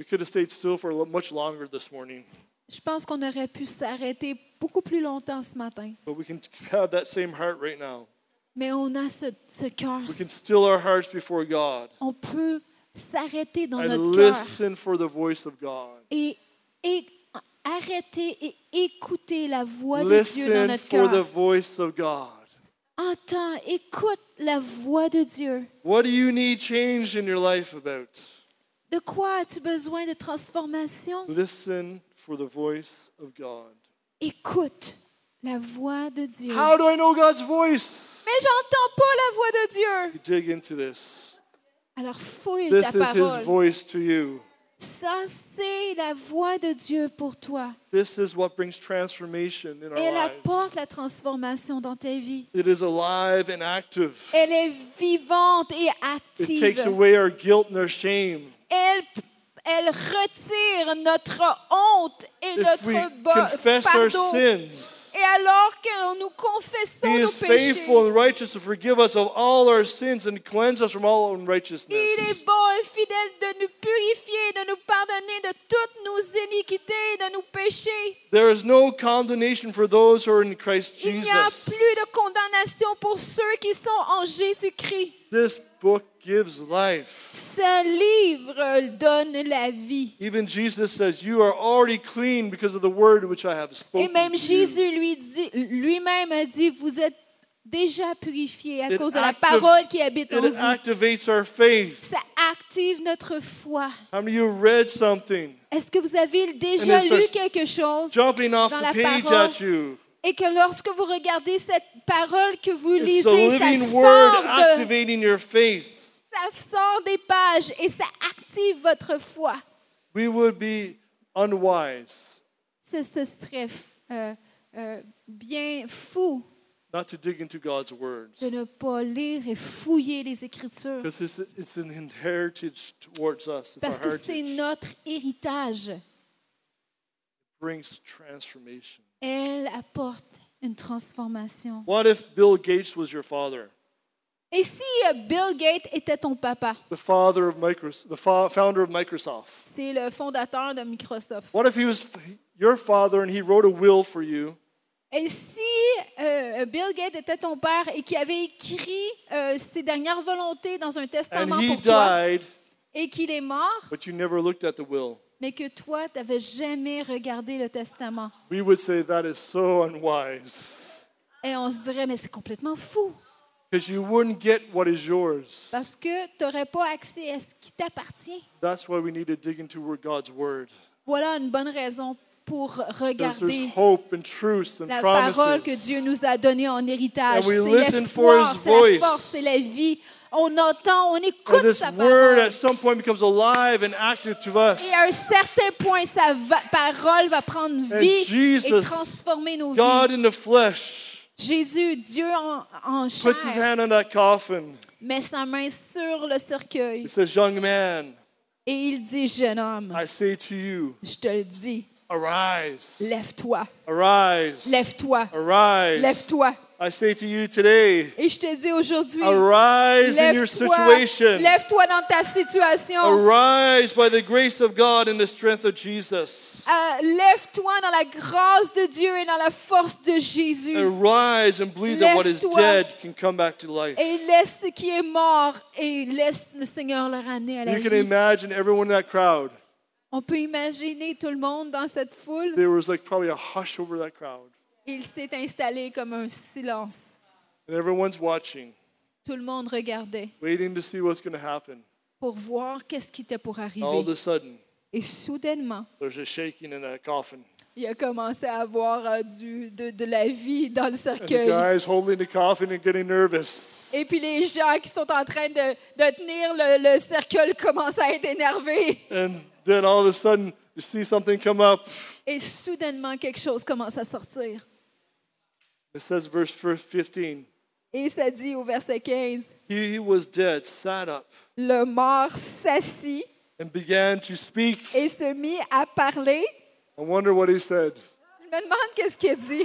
We could have stayed still for lo- much longer this morning, Je pense qu'on aurait pu s'arrêter beaucoup plus longtemps ce matin. but we can have that same heart right now. Mais on a ce, ce cœur. We can still our hearts before God On peut s'arrêter dans and notre cœur listen for the voice of God. et, et arrêter et écouter la voix de Dieu dans Listen notre for the cœur. voice of God. Entends, écoute la voix de Dieu. What do you need change in your life about? De quoi as-tu besoin de transformation? Listen for the voice of God. Écoute la voix de Dieu. How do I know God's voice? Mais j'entends pas la voix de Dieu. You dig into this. Alors fouille This ta is His parole. voice to you. Ça, c'est la voix de Dieu pour toi. This is what brings transformation in our Elle lives. apporte la transformation dans ta vie. It is alive and active. Elle est vivante et It takes active. away our guilt and our shame. Elle, elle retire notre honte et If we notre bo- confess our fardeau. sins, Et alors que nous confessons He nos is péchés, faithful and righteous to forgive us of all our sins and cleanse us from all il unrighteousness. est bon et fidèle de nous purifier, de nous pardonner de toutes nos iniquités, de nos péchés. There is no condemnation for those who are in Christ Il n'y a Jesus. plus de condamnation pour ceux qui sont en Jésus-Christ. This book gives life. Ce livre donne la vie. Even Jesus says, You are already clean because of the word which I have Et spoken. même to you." Jésus lui dit- lui-même a dit, vous êtes déjà purifiés à It cause de la active- parole qui habite en It vous. activates our faith. Ça active notre foi. How many of you read something Est-ce que vous avez And déjà it lu starts- quelque chose jumping off Dans the la page parole, at you? et que lorsque vous regardez cette parole que vous It's the lisez, ça living word sort, de- activating your faith. ça sort des pages et ça active votre foi? We would be unwise Ce, ce serait euh, euh, bien fou not to dig into God's words. de ne pas lire et fouiller les Écritures. Because it's, it's an inheritance towards us. It's Parce our que c'est heritage. notre héritage. brings transformation. Elle apporte une transformation. What if Bill Gates was your father? Et si euh, Bill Gates était ton papa? the father of Microsoft, the fa- founder of Microsoft? C'est le fondateur de Microsoft. What if he was your father and he wrote a will for you Et si euh, Bill Gates était ton père et qu'il avait écrit euh, ses dernières volontés dans un and testament he pour toi died, et qu'il est mort, but you never looked at the will? mais que toi, tu n'avais jamais regardé le testament? We would say that is so unwise Et on se dirait, mais c'est complètement fou because you wouldn't get what is yours. parce que tu n'aurais pas accès à ce qui t'appartient. That's why we need to dig into where God's word. Voilà une bonne raison pour Because regarder there's hope and truths and la parole que promises. Dieu nous a donnée en héritage. And we C'est listen for l'espoir, his c'est la voice. force, c'est la vie. On entend, on And écoute this sa word parole. at some point becomes alive and active to us. Et à un certain point, sa va- parole va prendre And vie et Jesus, transformer nos God vies. in the flesh Jésus, Dieu en, en puts his chair, hand on that coffin. met sa main sur le cercueil He says, Young man, et il dit, jeune homme, I say to you, je te le dis, arise, lève-toi, arise, lève-toi, arise. lève-toi. I say to you today, Et je te dis aujourd'hui, arise in your Lève-toi situation. Lève-toi dans ta situation. Arise by the grace of God and the strength of Jesus. Euh, Lève-toi dans la grâce de Dieu et dans la force de Jésus. Arise and believe that what is Lève-toi. dead can come back to life. Et laisse ce qui est mort et laisse le Seigneur le ramener à la You can vie. imagine everyone in that crowd. On peut imaginer tout le monde dans cette foule. There was like probably a hush over that crowd. Il s'est installé comme un silence. And everyone's watching, Tout le monde regardait waiting to see what's going to happen. pour voir qu'est-ce qui était pour All of arriver. a sudden, Et soudainement, there's a shaking in that coffin. il a commencé à avoir euh, du, de, de la vie dans le And the cercueil. guys holding the coffin and getting nervous. Et puis les gens qui sont en train de, de tenir le, le cercueil commencent à être énervés. And then all of a sudden, you see something come up. Et soudainement, quelque chose commence à sortir. It says, verse 15, Et ça dit au verset 15, He was dead, sat up, le mort s'assit and began to speak. et se mit à parler. I wonder what he said. Je me demande qu'est-ce qu'il a dit.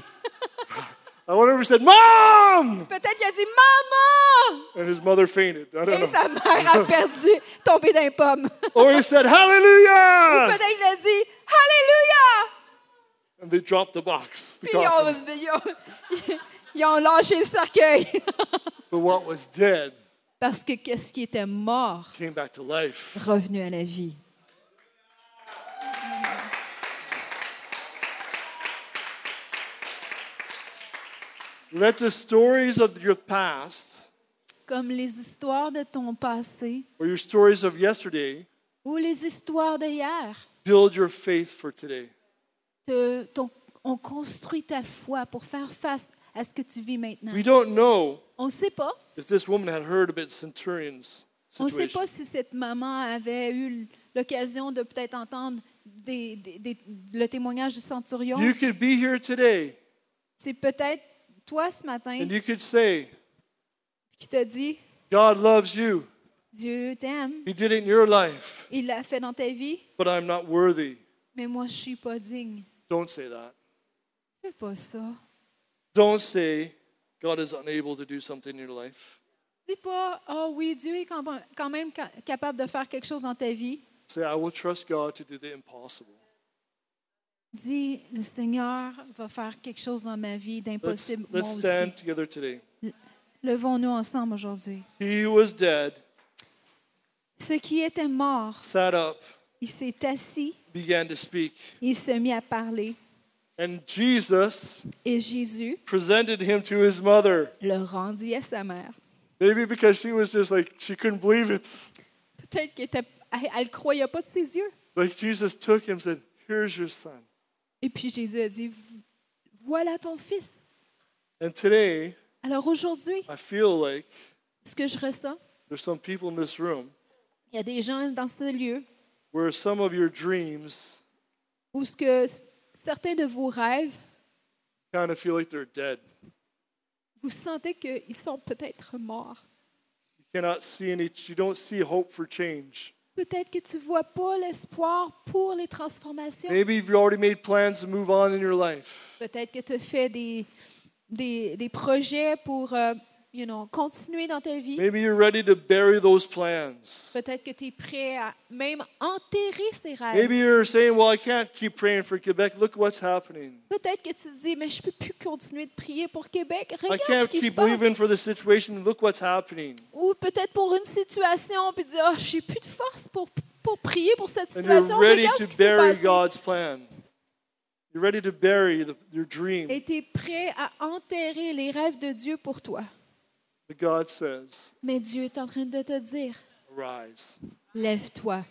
I wonder if he said, Mom! Peut-être qu'il a dit Maman! And his mother fainted. I don't Et know. sa mère a perdu, tombée d'un pomme. Or he said, Hallelujah! Peut-être qu'il a dit Alléluia! And they dropped the box, the Puis ils coffin. ont, ils ont- ils ont lâché le cercueil. But what was dead Parce que qu'est-ce qui était mort came back to life. revenu à la vie. Let the stories of your past Comme les histoires de ton passé or your stories of yesterday ou les histoires de hier, build your faith for today. te- ton- on construit ta foi pour faire face à ce que tu vis maintenant. We don't know On ne sait pas. if this woman had heard about Centurion's On ne sait situation. pas si cette maman avait eu l'occasion de peut-être entendre des- des- des- le témoignage du centurion. You could be here today C'est peut-être toi ce matin and you could say, qui te dit God loves you. Dieu t'aime, He did it in your life, il l'a fait dans ta vie, but I'm not worthy. mais moi je suis pas digne. Don't say that. Fais pas ça. Don't say God is unable to do something in your life. Dis pas, oh oui, Dieu est quand quand même ca- capable de faire quelque chose dans ta vie. Say, I will trust God to do the impossible. Dis, le Seigneur va faire quelque chose dans ma vie Let's, d'impossible. Moi let's aussi. stand together today. Levons-nous ensemble aujourd'hui. He who was dead Ce qui était mort, sat up, il s'est assis, began to speak, il s'est mis à parler. and Jesus Et Jésus presented him to his mother. le rendit à sa mère. Maybe because she was just like, she couldn't believe it. Peut-être qu'elle était- elle- elle ne croyait pas de ses yeux. Like Jesus took him and said, Here's your son. Et puis Jésus a dit, voilà ton fils. And today, Alors aujourd'hui, I feel like ce que je ressens, there's some people in this room il y a des gens dans ce lieu where some of your dreams où ce que certains de vos rêves, kind of feel like they're dead. vous sentez qu'ils sont peut-être morts. You cannot see any, you don't see hope for change. Peut-être que tu ne vois pas l'espoir pour les transformations. Maybe you've already made plans to move on in your life. Peut-être que tu fais des, des, des projets pour euh, you know, continuer dans ta vie. Maybe you're ready to bury those plans. Peut-être que tu es prêt à même enterrer ces rêves. Maybe you're saying, Well, I can't keep praying for Quebec. Look what's happening. Peut-être que tu te dis, mais je peux plus continuer de prier pour Québec. I Regarde ce can't qui se keep passe. leaving for the situation. Look what's happening. Ou peut-être pour une situation, puis dire, oh, j'ai plus de force pour, pour prier pour cette And you're situation. ready Regarde ce to qui s'est bury passé. God's plan. You're ready to bury the, your dream Et tu es prêt à enterrer les rêves de Dieu pour toi. that God says, Mais Dieu est en train de te dire, Arise. lève-toi,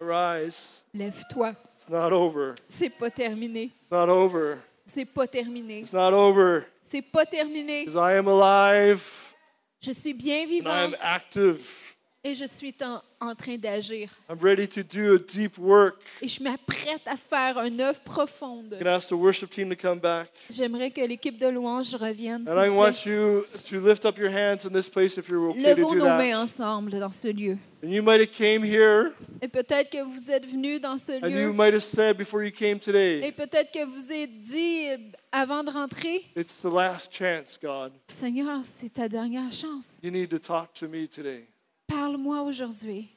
Arise. lève-toi. It's not over. C'est pas terminé. It's not over. C'est pas terminé. It's not over. C'est pas terminé. Because I am alive Je suis bien and I vivant am active. et je suis en, en train d'agir. I'm ready to do a deep work. Et je m'apprête à faire une œuvre profonde. I'm going to ask the worship team to come back. J'aimerais que l'équipe de louange revienne. s'il And I vous want you to lift up your hands in this place if you're plaît. okay to Levons do nos mains that. ensemble dans ce lieu. And you might have came here Et peut-être que vous êtes venus dans ce and you lieu. might have said before you came Et today, peut-être que vous êtes dit euh, avant de rentrer, it's the last chance, God. Seigneur, c'est ta dernière chance. You need to talk to me today. Parle-moi aujourd'hui.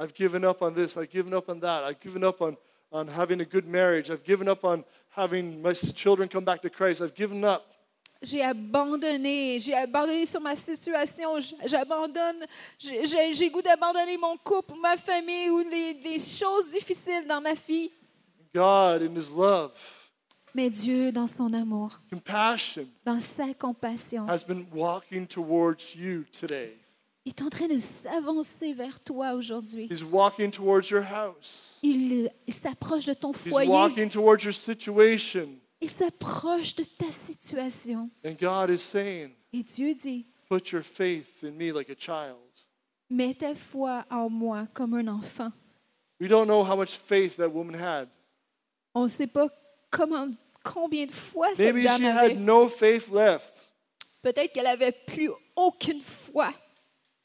I've given up on this. I've given up on that. I've given up on, on having a good marriage. I've given up on having my children come back to Christ. I've given up. J'ai abandonné, j'ai abandonné sur ma situation, j- j'abandonne, j'ai- j'ai j'ai goût d'abandonner mon couple, ma famille ou les, les choses difficiles dans ma vie. God, in His love, Mais Dieu, dans son amour, compassion, dans sa compassion, has been walking towards you today. il est en train de s'avancer vers toi aujourd'hui. He's walking towards your house. Il, il s'approche de ton He's foyer, walking towards your situation. il s'approche de ta situation. And God is saying, Et Dieu dit, Put your faith in me like a child. mets ta foi en moi comme un enfant. We don't know how much faith that woman had. On ne sait pas comment, combien de fois cette Maybe she dame avait. had no faith left, Peut-être qu'elle avait plus aucune foi.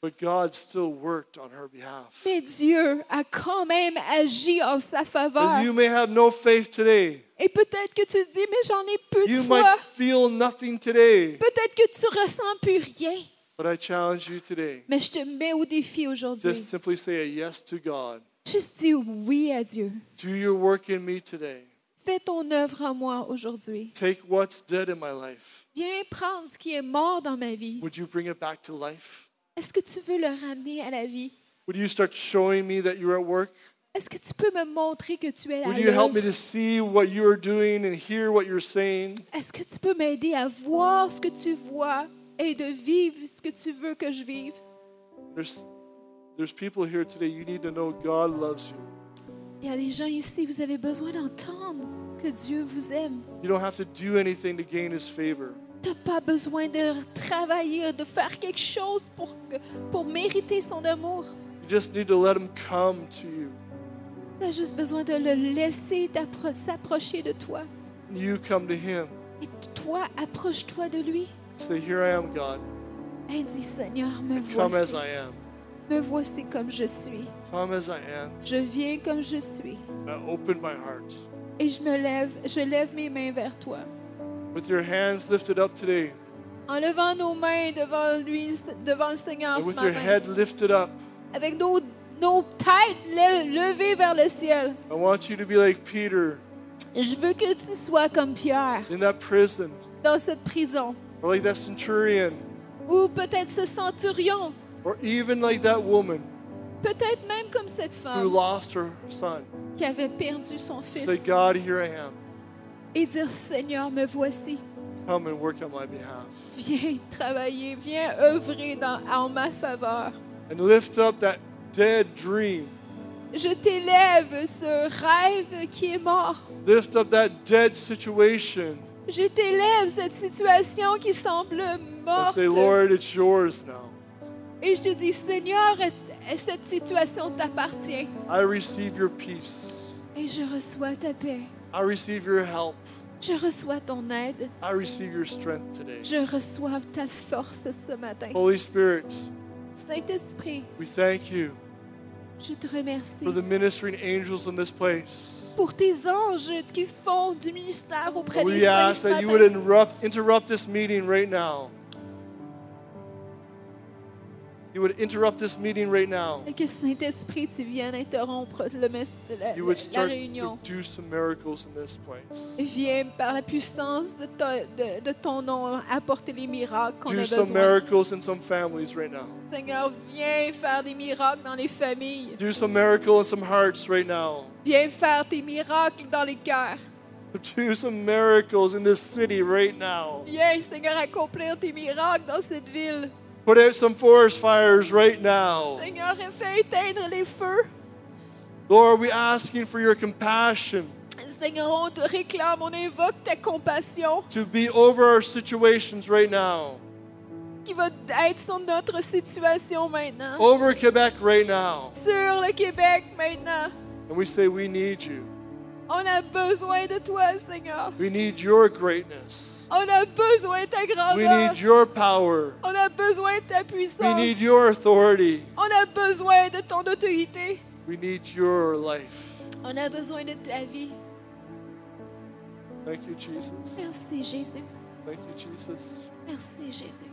but God still worked on her behalf. Mais Dieu a quand même agi en sa faveur. And you may have no faith today. Et peut-être que tu te dis, mais j'en ai plus de You foi. might feel nothing today, Peut-être que tu ressens plus rien. but I challenge you today. Mais je te mets au défi aujourd'hui. Just simply say a yes to God. Juste dis oui à Dieu. Do your work in me today. Fais ton œuvre en moi aujourd'hui. Take what's dead in my life. Viens prendre ce qui est mort dans ma vie. Would you bring it back to life? Est-ce que tu veux le ramener à la vie? Would you start showing me that you're at work? Est-ce que tu peux me montrer que tu es à Would you help me l'œuvre? to see what you are doing and hear what you're saying? Est-ce que tu peux m'aider à voir ce que tu vois et de vivre ce que tu veux que je vive? There's, there's people here today, you need to know God loves you. Il y a des gens ici, vous avez besoin d'entendre que Dieu vous aime. You don't have to do anything to gain his favor. Tu n'as pas besoin de travailler, de faire quelque chose pour, que- pour mériter son amour. You just need to let him come to you. Tu as juste besoin de le laisser t'appro- s'approcher de toi. You come to him. Et toi, approche-toi de lui. Say, Here I am, God. Et dis, Seigneur, me Come as voici. I am. Me voici comme je suis. Come as I am. Je viens comme je suis. And I open my heart. Et je me lève, je lève mes mains vers toi. With your hands lifted up today, En levant nos mains devant lui, devant le Seigneur and ce with your matin, head lifted up, avec nos, nos têtes le- levées vers le ciel, I want you to be like Peter je veux que tu sois comme Pierre in that prison, dans cette prison, or like that centurion, ou peut-être ce centurion, or even like that woman peut-être même comme cette who femme lost her son. qui avait perdu son Say, fils, God, here I am. et dire Seigneur, me voici, Come and work on my behalf. viens travailler, viens œuvrer dans- en ma faveur. And lift up that dead dream. Je t'élève ce rêve qui est mort. Lift up that dead situation. Je t'élève cette situation qui semble And morte. say, Lord, it's yours now. Et je te dis, Seigneur, cette situation t'appartient. I receive your peace. Et je reçois ta paix. I receive your help. Je reçois ton aide. I receive your strength today. Je reçois ta force ce matin. Holy Spirit, Saint-Esprit, we thank you je te remercie for the ministering angels in this place. pour tes anges qui font du ministère auprès des We saints ask ce that you matin. would interrupt, interrupt this meeting right now You would interrupt this meeting right now. Et que Saint-Esprit, tu viennes interrompre le mes- la, You would la- start la to réunion. do some miracles in this place. Viens par la puissance de, ta- de- de ton nom apporter les miracles qu'on Do a some besoin. miracles in some families right now. Seigneur, viens faire des miracles dans les familles. Do some miracle in some hearts right now. Viens faire tes miracles dans les cœurs. Do some miracles in this city right now. Viens, Seigneur, accomplir tes miracles dans cette ville. Put out some forest fires right now. Seigneur, fais éteindre les feux. Lord, we're asking for your compassion Seigneur, on te réclame, on invoque ta compassion to be over our situations right now, qui va être sur notre situation maintenant. over Quebec right now. Sur le Québec maintenant. And we say, We need you. On a besoin de toi, Seigneur. We need your greatness. On a besoin de ta We grandeur. need your power. On a besoin de ta We puissance. need your authority. On a besoin de ton autorité. We need your life. On a besoin de ta vie. Thank you, Jesus. Merci, Jésus. Thank you, Jesus. Merci, Jésus.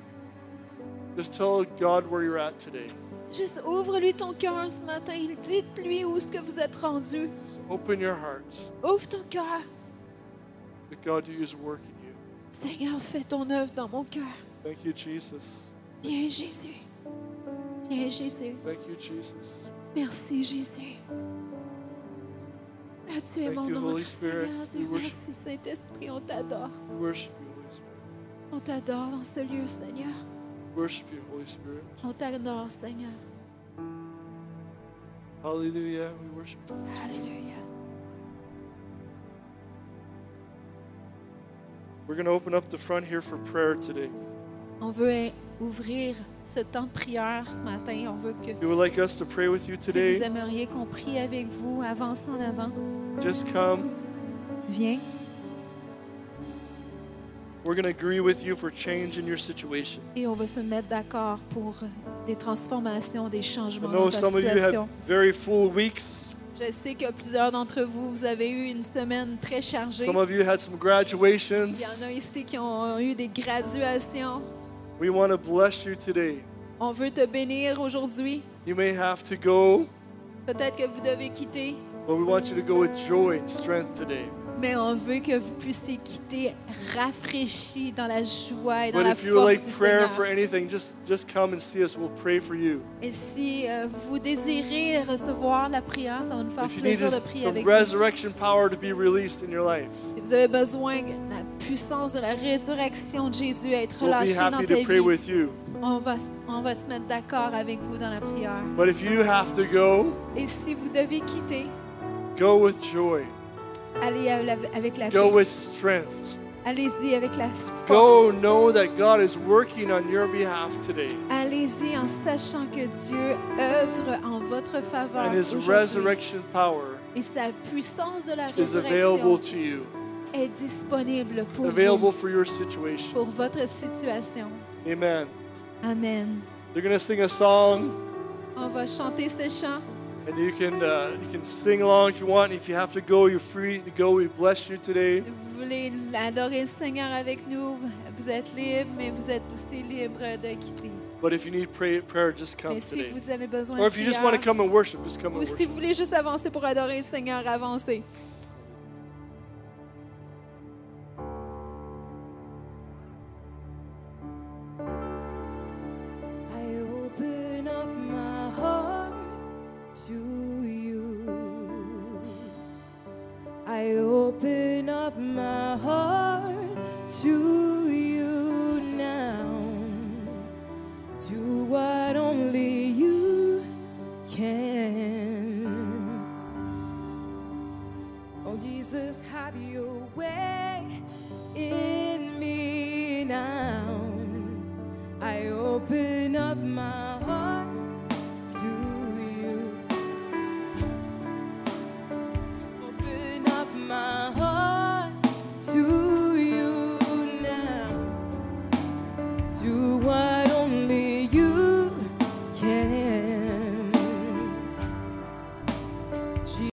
Just tell God where you're at today. Juste ouvre-lui ton cœur ce matin. Dites-lui où est-ce que vous êtes rendu. Just open your heart. Ouvre ton cœur. Let God do his work in you. Seigneur, fais ton œuvre dans mon cœur. Thank you, Jesus. Viens, Jésus. Viens, Jésus. Thank you, Jesus. Merci, Jésus. Ah, tu es Thank mon you, nom. Holy Spirit. Seigneur We Dieu, worship- merci, Saint-Esprit. On t'adore. We worship you, Holy Spirit. On t'adore dans ce lieu, Seigneur. We worship you, Holy Spirit. On t'adore, Seigneur. Hallelujah. We worship you. Alléluia. We're going to open up the front here for prayer today. On veut ouvrir ce temps de prière ce matin. On veut que If you would like us to pray with you si vous today, aimeriez qu'on prie avec vous, avance en avant. just come. Viens. We're going to agree with you for change in your situation. Et on va se mettre d'accord pour des transformations, des I changements know dans ta some of you have situation. very full weeks. Je sais que plusieurs d'entre vous, vous avez eu une semaine très chargée. Some of you had some Il graduations. y en a ici qui ont eu des graduations. We want to bless you today. On veut te bénir aujourd'hui. You may have to go, Peut-être que vous devez quitter, but we want you to go with joy and strength today. mais on veut que vous puissiez quitter rafraîchi dans la joie et dans But la if force you would like du prayer Seigneur. for anything, just, just come and see us. We'll pray for you. Et si euh, vous désirez recevoir la prière, ça va nous faire If you need plaisir de us- prier some avec vous. resurrection power to be released in your life, Si vous avez besoin de la puissance de la résurrection de Jésus à être we'll be relâchée happy dans ta to pray vie, with you. on va, s- on va se mettre d'accord avec vous dans la prière. But if you have to go, Et si vous devez quitter, go with joy, allez à la- avec la go paix. with strength. Allez-y avec la force. Go know that God is working on your behalf today, Allez-y en sachant que Dieu œuvre en votre faveur. and His aujourd'hui. resurrection power Et sa puissance de la is résurrection available to you, est disponible pour available vous, for your situation. pour votre situation. Amen. Amen. They're gonna sing a song, On va chanter ce chant. and you can uh, you can sing along if you want. If you have to go, you're free to go. We bless you today. Vous voulez adorer le Seigneur avec nous, vous êtes libre, mais vous êtes aussi libre de quitter. But if you need pray, prayer, just come Mais si today. vous avez besoin Or de if you just want to prière, come and worship, just come ou and si worship. vous voulez juste avancer pour adorer le Seigneur, avancez. I open up my heart to you. I open up my heart to you now. Do what only you can. Oh, Jesus, have your way in me now. I open up my heart.